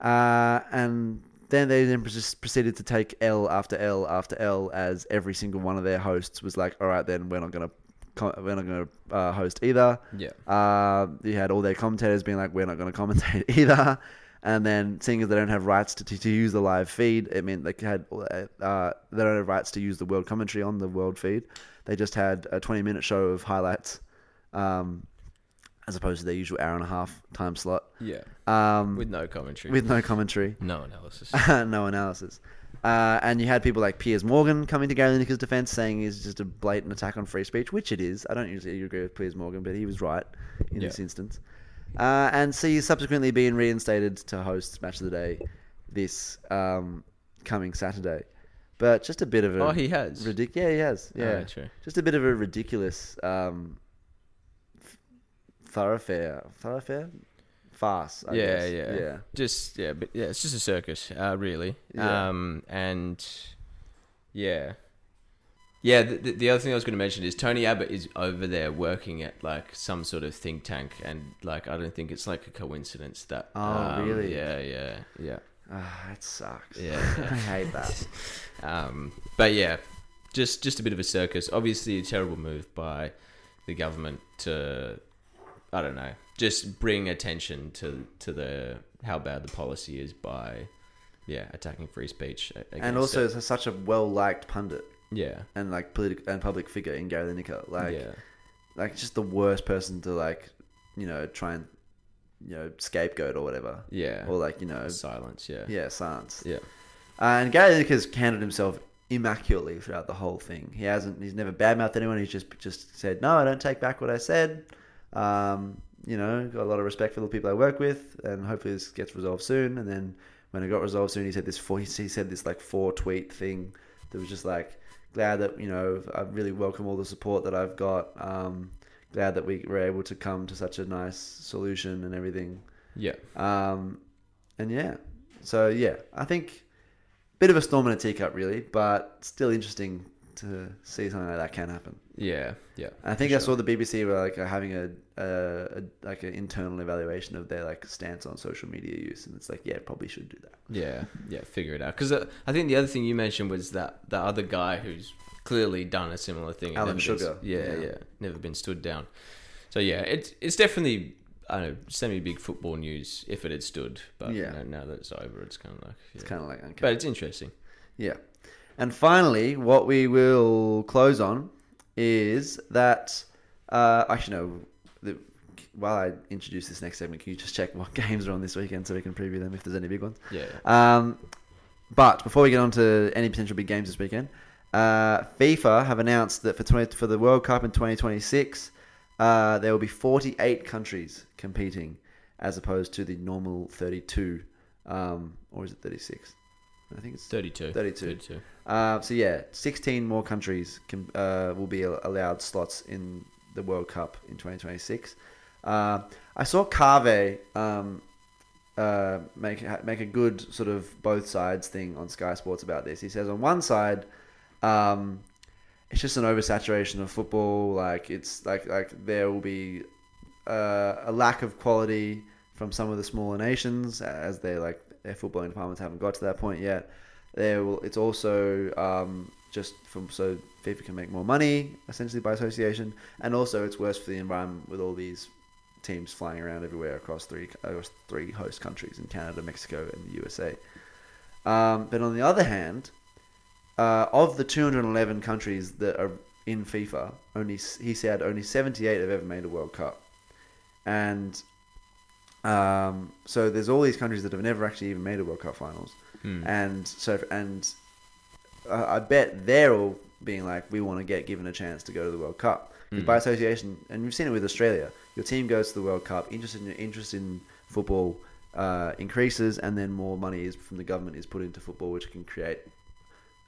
Uh, and then they then just proceeded to take L after L after L as every single one of their hosts was like, all right, then we're not going to. We're not going to uh, host either.
Yeah.
Uh, you had all their commentators being like, "We're not going to commentate either," and then seeing as they don't have rights to, to, to use the live feed, it meant they had uh, they don't have rights to use the world commentary on the world feed. They just had a twenty-minute show of highlights, um, as opposed to their usual hour and a half time slot
Yeah.
um,
With no commentary.
with no commentary.
no analysis.
no analysis. Uh, and you had people like Piers Morgan coming to Gary Lineker's defense, saying he's just a blatant attack on free speech, which it is. I don't usually agree with Piers Morgan, but he was right in
Yeah.
this instance. Uh, and see, subsequently being reinstated to host Match of the Day this um, coming Saturday. But just a bit of a
Oh, he has. Oh,
ridic- yeah, he has. Yeah,
Alright, sure.
just a bit of a ridiculous um, f- thoroughfare, thoroughfare, farce. I
yeah,
guess.
yeah,
yeah.
Just yeah, but yeah, it's just a circus, uh, really.
Yeah.
Um, and yeah, yeah. The, the, the other thing I was going to mention is Tony Abbott is over there working at like some sort of think tank, and like I don't think it's like a coincidence that.
Oh,
um,
really?
Yeah, yeah, yeah.
Ah, it sucks.
Yeah.
I hate that.
Um, but yeah, just just a bit of a circus. Obviously, a terrible move by the government to, I don't know, just bring attention to to the how bad the policy is by, yeah, attacking free speech. a-
and
against
also,
it.
it's such a well-liked pundit
yeah,
and like political and public figure in Gary Lineker. Like,
yeah,
like just the worst person to like, you know, try and you know scapegoat or whatever,
yeah,
or like you know,
silence. Yeah,
uh, yeah, silence.
yeah,
Uh, and Gary Lineker's handled himself immaculately throughout the whole thing. He hasn't. He's never badmouthed anyone. He's just just said, "No, I don't take back what I said." Um, you know, got a lot of respect for the people I work with, and hopefully this gets resolved soon. And then when it got resolved soon, he said this four, he said this like four tweet thing that was just like glad that you know I really welcome all the support that I've got. Um, glad that we were able to come to such a nice solution and everything.
Yeah.
Um, and yeah, so yeah, I think bit of a storm in a teacup, really, but still interesting to see something like that can happen.
Yeah. Yeah.
I think I saw the BBC were like having a, a, a like an internal evaluation of their like stance on social media use, and it's like, yeah, probably should do that.
Yeah, yeah, figure it out. Because uh, I think the other thing you mentioned was that the other guy who's clearly done a similar thing. and
Alan
never been-
Sugar.
yeah,
Yeah.
yeah, never been stood down. So yeah, it's it's definitely I don't know semi big football news if it had stood, but
Yeah.
you know, now that it's over, it's kind of like yeah.
It's kind of like okay,
but it's interesting.
yeah. And finally, what we will close on is that uh, actually no. The, while I introduce this next segment, can you just check what games are on this weekend so we can preview them if there's any big ones?
Yeah,
Um, but before we get on to any potential big games this weekend, uh, FIFA have announced that for 20, for the World Cup in 2026, uh, there will be 48 countries competing, as opposed to the normal 32, um, or is it 36? I think it's
thirty-two.
32.
32.
uh, so yeah, 16 more countries can, uh, will be allowed slots in the World Cup in 2026. Uh, I saw Carve um, uh, make make a good sort of both sides thing on Sky Sports about this. He says on one side, um, it's just an oversaturation of football. Like it's like like there will be uh, a lack of quality from some of the smaller nations as they like their footballing departments haven't got to that point yet. There will it's also um, just from so FIFA can make more money essentially by association, and also it's worse for the environment with all these teams flying around everywhere across three across three host countries in Canada, Mexico, and the USA. Um, but on the other hand, uh, of the 211 countries that are in FIFA, only he said only 78 have ever made a World Cup, and um, so there's all these countries that have never actually even made a World Cup finals,
Hmm.
and so and I I bet they're all being like, we want to get given a chance to go to the World Cup
Hmm.
'Cause by association, and you've seen it with Australia. Your team goes to the World Cup, interest in interest in football uh, increases, and then more money is from the government is put into football, which can create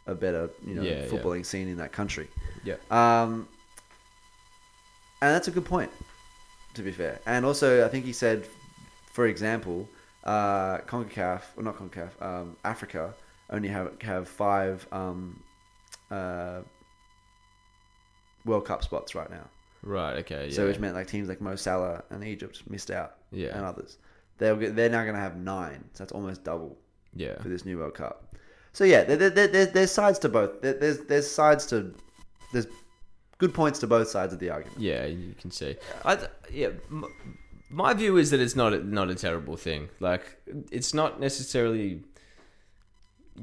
a better you know
Yeah, yeah.
footballing scene in that country.
Yeah,
Um, and that's a good point, to be fair. And also, I think he said, for example, uh, CONCACAF, or not CONCACAF, um, Africa only have, have five um, uh, World Cup spots right now.
right. Okay. Yeah.
So which meant like teams like Mo Salah and Egypt missed out,
Yeah.
and others. They're, they're now going to have nine, so that's almost double
yeah.
for this new World Cup. So yeah, there, there, there, there- there's sides to both. There, there's there's sides to there's good points to both sides of the argument.
Yeah, you can see. I th- yeah, m- my view is that it's not a, not a terrible thing. Like it's not necessarily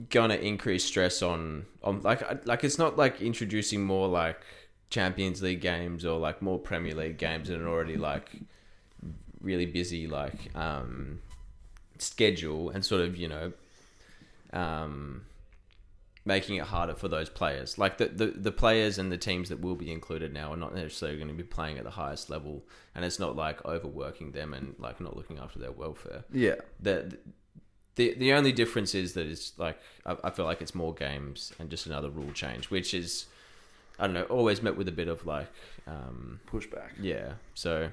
gonna increase stress on on like I- like it's not like introducing more like Champions League games or like more Premier League games in an already like really busy like um schedule and sort of you know um making it harder for those players. Like the, the, the players and the teams that will be included now are not necessarily going to be playing at the highest level, and it's not like overworking them and like not looking after their welfare.
Yeah,
The the, the only difference is that it's like I, I feel like it's more games and just another rule change, which is I don't know always met with a bit of like um,
pushback.
yeah. So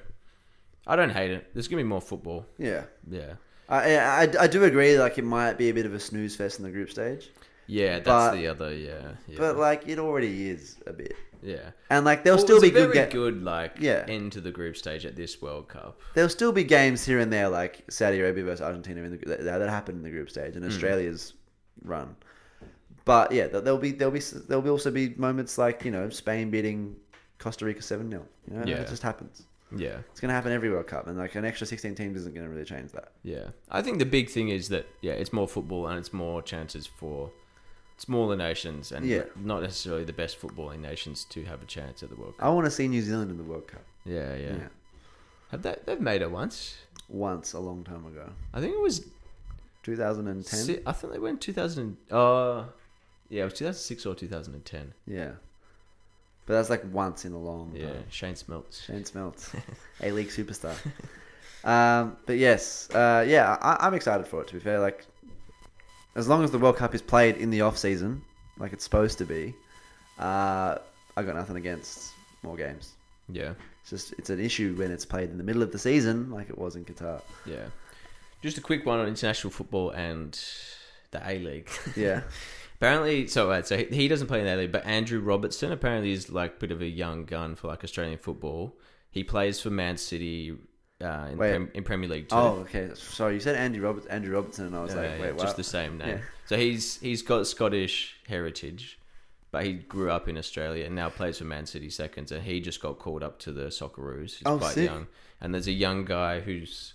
I don't hate it. There's gonna be more football.
Yeah,
Yeah,
I, I I- I do agree. Like it might be a bit of a snooze fest in the group stage,
yeah. That's
But-
the other yeah yeah
but like it already is a bit.
yeah.
And like there'll
Well,
still
it's
be
a very
good, ga-
good like
Yeah.
end to the group stage at this World Cup.
there'll still be games here and there like Saudi Arabia versus Argentina in the, that, that happened in the group stage
Hmm.
and Australia's run. But yeah, there- there'll be there'll be there'll be also be moments like you know Spain beating Costa Rica seven 0 You know,
Yeah.
it just happens.
Yeah,
It's going to happen every World Cup, and like an extra 16 teams isn't going to really change that.
yeah. I think the big thing is that yeah, it's more football and it's more chances for smaller nations and
Yeah.
not necessarily the best footballing nations to have a chance at the World Cup.
I want to see New Zealand in the World Cup.
Yeah, yeah.
Uh, Yeah.
Have they? They've made it once.
Once a long time ago,
I think it was.
2010.
si- I think they went 2000. Uh, yeah, it was 2006 or 2010.
Yeah, But that's like once in a long
Yeah,
time.
Shane Smelts.
Shane Smelt, A League superstar. Um, but yes, uh, yeah, I, I'm excited for it. To be fair, like as long as the World Cup is played in the off season, like it's supposed to be, uh, I got nothing against more games.
Yeah,
It's just it's an issue when it's played in the middle of the season, like it was in Qatar.
yeah. Just a quick one on international football and the A League.
Yeah,
Apparently, so right, so he- he doesn't play in the A League, but Andrew Robertson apparently is like a bit of a young gun for like Australian football. He plays for Man City uh, in,
Wait.
Prem- in Premier League. Two.
Oh, okay. Sorry, you said Andy Roberts, Andrew Robertson, and I was
Yeah,
like,
yeah,
wait, what?
just the same name.
Yeah.
So he's he's got Scottish heritage, but he grew up in Australia and now plays for Man City Seconds, and he just got called up to the Socceroos. He's
Oh,
quite
sick.
young, and there's a young guy who's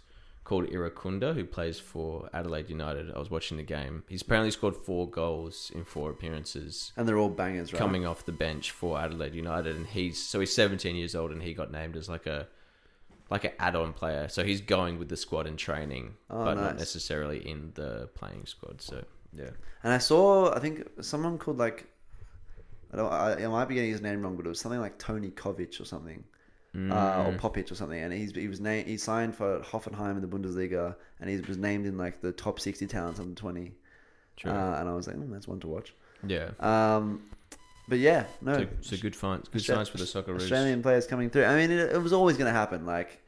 called Irakunda who plays for Adelaide United. I was watching the game. He's apparently scored four goals in four appearances.
and they're all bangers, right?
Coming off the bench for Adelaide United, and he's so he's 17 years old, and he got named as like a like an add-on player. So he's going with the squad and training,
Oh,
but
nice.
not necessarily in the playing squad. So yeah,
And I saw, I think someone called like, I don't, I, I might be getting his name wrong, but it was something like Tony Kovic or something, uh, or
Mm.
Popic or something. And he's he was named, he signed for Hoffenheim in the Bundesliga, and he was named in like the top sixty talents under twenty.
True.
Uh, and I was like, mm, that's one to watch.
yeah.
Um, but yeah, no,
so, so good finds, good
Um, Austra-
signs for the Socceroos.
Australian players coming through. I mean, it, it was always going to happen. Like,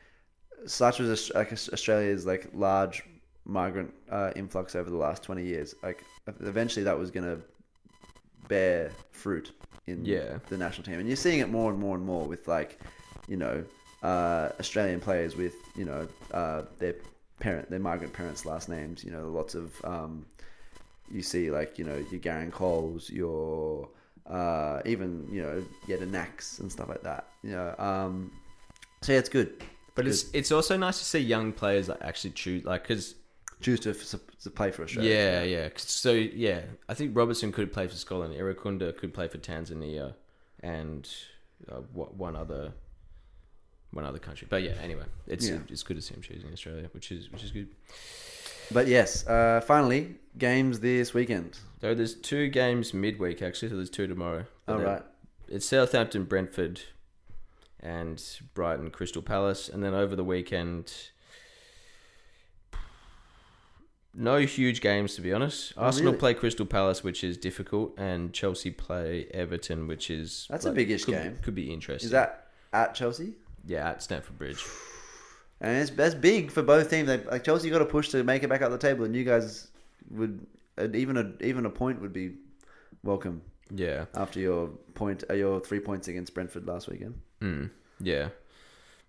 such was Aus- like, Aus- Australia's like large migrant uh, influx over the last twenty years. Like, eventually that was going to bear fruit in
Yeah.
the national team, and you're seeing it more and more and more with like, you know, uh, Australian players with you know uh, their parent, their migrant parents' last names. You know, lots of um, you see like you know your Garen Coles, your uh, even you know Yedinax and stuff like that. You know, um, so yeah, it's good.
But it's it's also nice to see young players like actually choose like because
Choose to, f- to play for Australia.
yeah yeah 'Cause- so yeah I think Robertson could play for Scotland, Irakunda could play for Tanzania, and uh, wha- one other one other country. But yeah, anyway, it's
Yeah.
it's good to see him choosing Australia, which is which is good.
But yes, uh, finally games this weekend.
So there's two games midweek actually. So there's two tomorrow. But
All
they're-
right.
It's Southampton, Brentford, and Brighton, Crystal Palace, and then over the weekend. No huge games to be honest. Arsenal
Oh, really?
play Crystal Palace, which is difficult, and Chelsea play Everton, which is
That's a big-ish
could,
game.
Could be interesting.
Is that at Chelsea?
yeah at Stamford Bridge?
And it's that's big for both teams. They, like Chelsea got a push to make it back up the table, and you guys would and even a even a point would be welcome
Yeah,
after your point uh, your three points against Brentford last weekend.
Mm, yeah,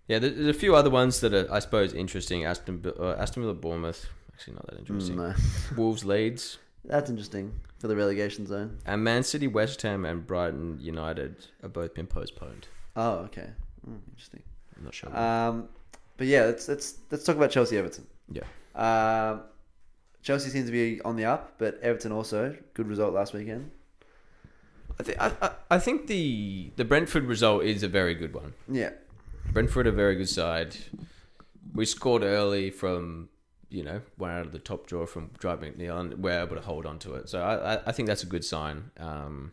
yeah. there- There's a few other ones that are, I suppose, interesting. Aston, Vi- uh, Aston Villa, Bournemouth. Actually, not that interesting.
Hmm, No.
Wolves, Leeds,
That's interesting for the relegation zone.
and Man City, West Ham, and Brighton United have both been postponed.
Oh, okay. Mm, interesting.
I'm not sure.
Um, but yeah, let's let's let's talk about Chelsea Everton.
yeah,
Um, Chelsea seems to be on the up, but Everton also good result last weekend.
I, think I, I, I think the the Brentford result is a very good one.
Yeah,
Brentford are a very good side. We scored early from you know one out of the top draw from Drive McNeil, and we're able to hold on to it. So I, I, I think that's a good sign. Um,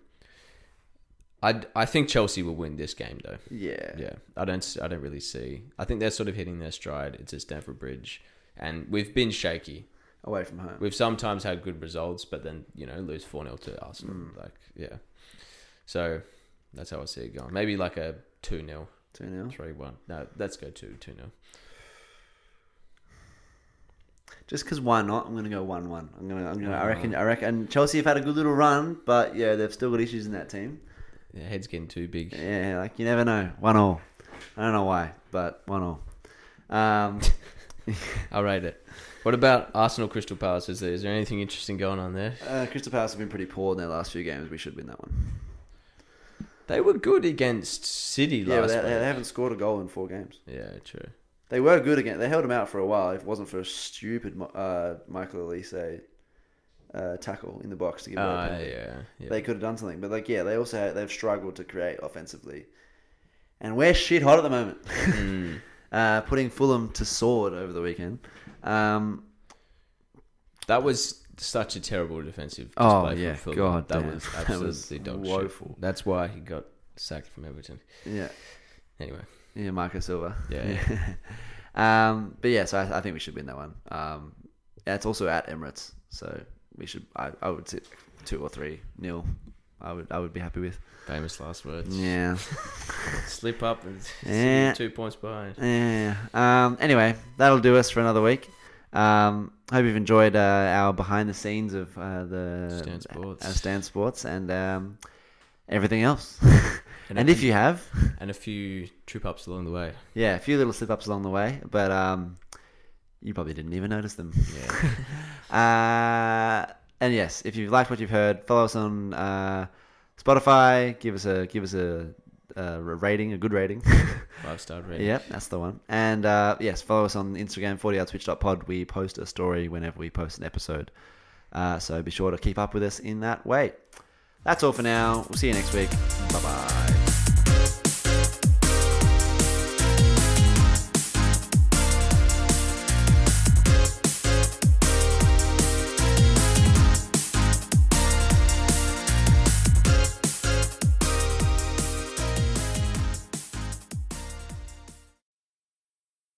I I think Chelsea will win this game though.
yeah,
Yeah, I don't s- I don't really see. I think they're sort of hitting their stride. It's at Stamford Bridge, and we've been shaky.
Away from home.
We've sometimes had good results, but then you know lose four 0 to Arsenal.
Hmm.
Like yeah, so that's how I see it going. Maybe like a two 0
Two 0
three one. No, let's go two two 0
Just because why not? I'm gonna go one one. I'm gonna I'm gonna I reckon I reckon and Chelsea have had a good little run, but yeah, they've still got issues in that team.
Yeah, head's getting too big.
Yeah, like you never know. One all. I don't know why, but one all. Um,
I rate it. What about Arsenal Crystal Palace? Is there is there anything interesting going on there?
uh, Crystal Palace have been pretty poor in their last few games. We should win that one.
They were good against City
Yeah, but
last
they, they
yeah,
haven't scored a goal in four games.
yeah, true.
They were good again. They held him out for a while. If it wasn't for a stupid Mo- uh, Michael Elise uh, tackle in the box to give away a
Uh,
penalty,
yeah, yeah.
they could have done something. But like, yeah, they also had, they've struggled to create offensively, and we're shit hot at the moment.
Hmm.
uh, putting Fulham to sword over the weekend. Um,
That was such a terrible defensible defensive
Oh,
display
yeah,
from Fulham.
God
that
damn.
was
That was
absolutely dog shit.
woeful.
That's why he got sacked from Everton.
Yeah.
Anyway,
Yeah, Marco Silva.
Yeah.
um, but yeah, so I, I think we should win that one. Um, yeah, it's also at Emirates, so we should. I, I would sit two or three nil. I would I would be happy with.
famous last words.
Yeah.
Slip up and
Yeah.
two points behind.
Yeah. Um, anyway, that'll do us for another week. Um, hope you've enjoyed uh, our behind the scenes of uh, the
Stan Sports.
our Stan Sports and um, everything else.
And
and if you have,
And a few trip ups along the way.
yeah, a few little slip ups along the way, but um, you probably didn't even notice them.
Yeah.
Uh, and yes, if you've liked what you've heard, follow us on uh, Spotify. Give us a give us a, a rating, a good rating.
Five star rating.
yep, that's the one. And uh, yes, follow us on Instagram, 40outswitch.pod. We post a story whenever we post an episode. Uh, so be sure to keep up with us in that way. That's all for now. We'll see you next week. Bye bye.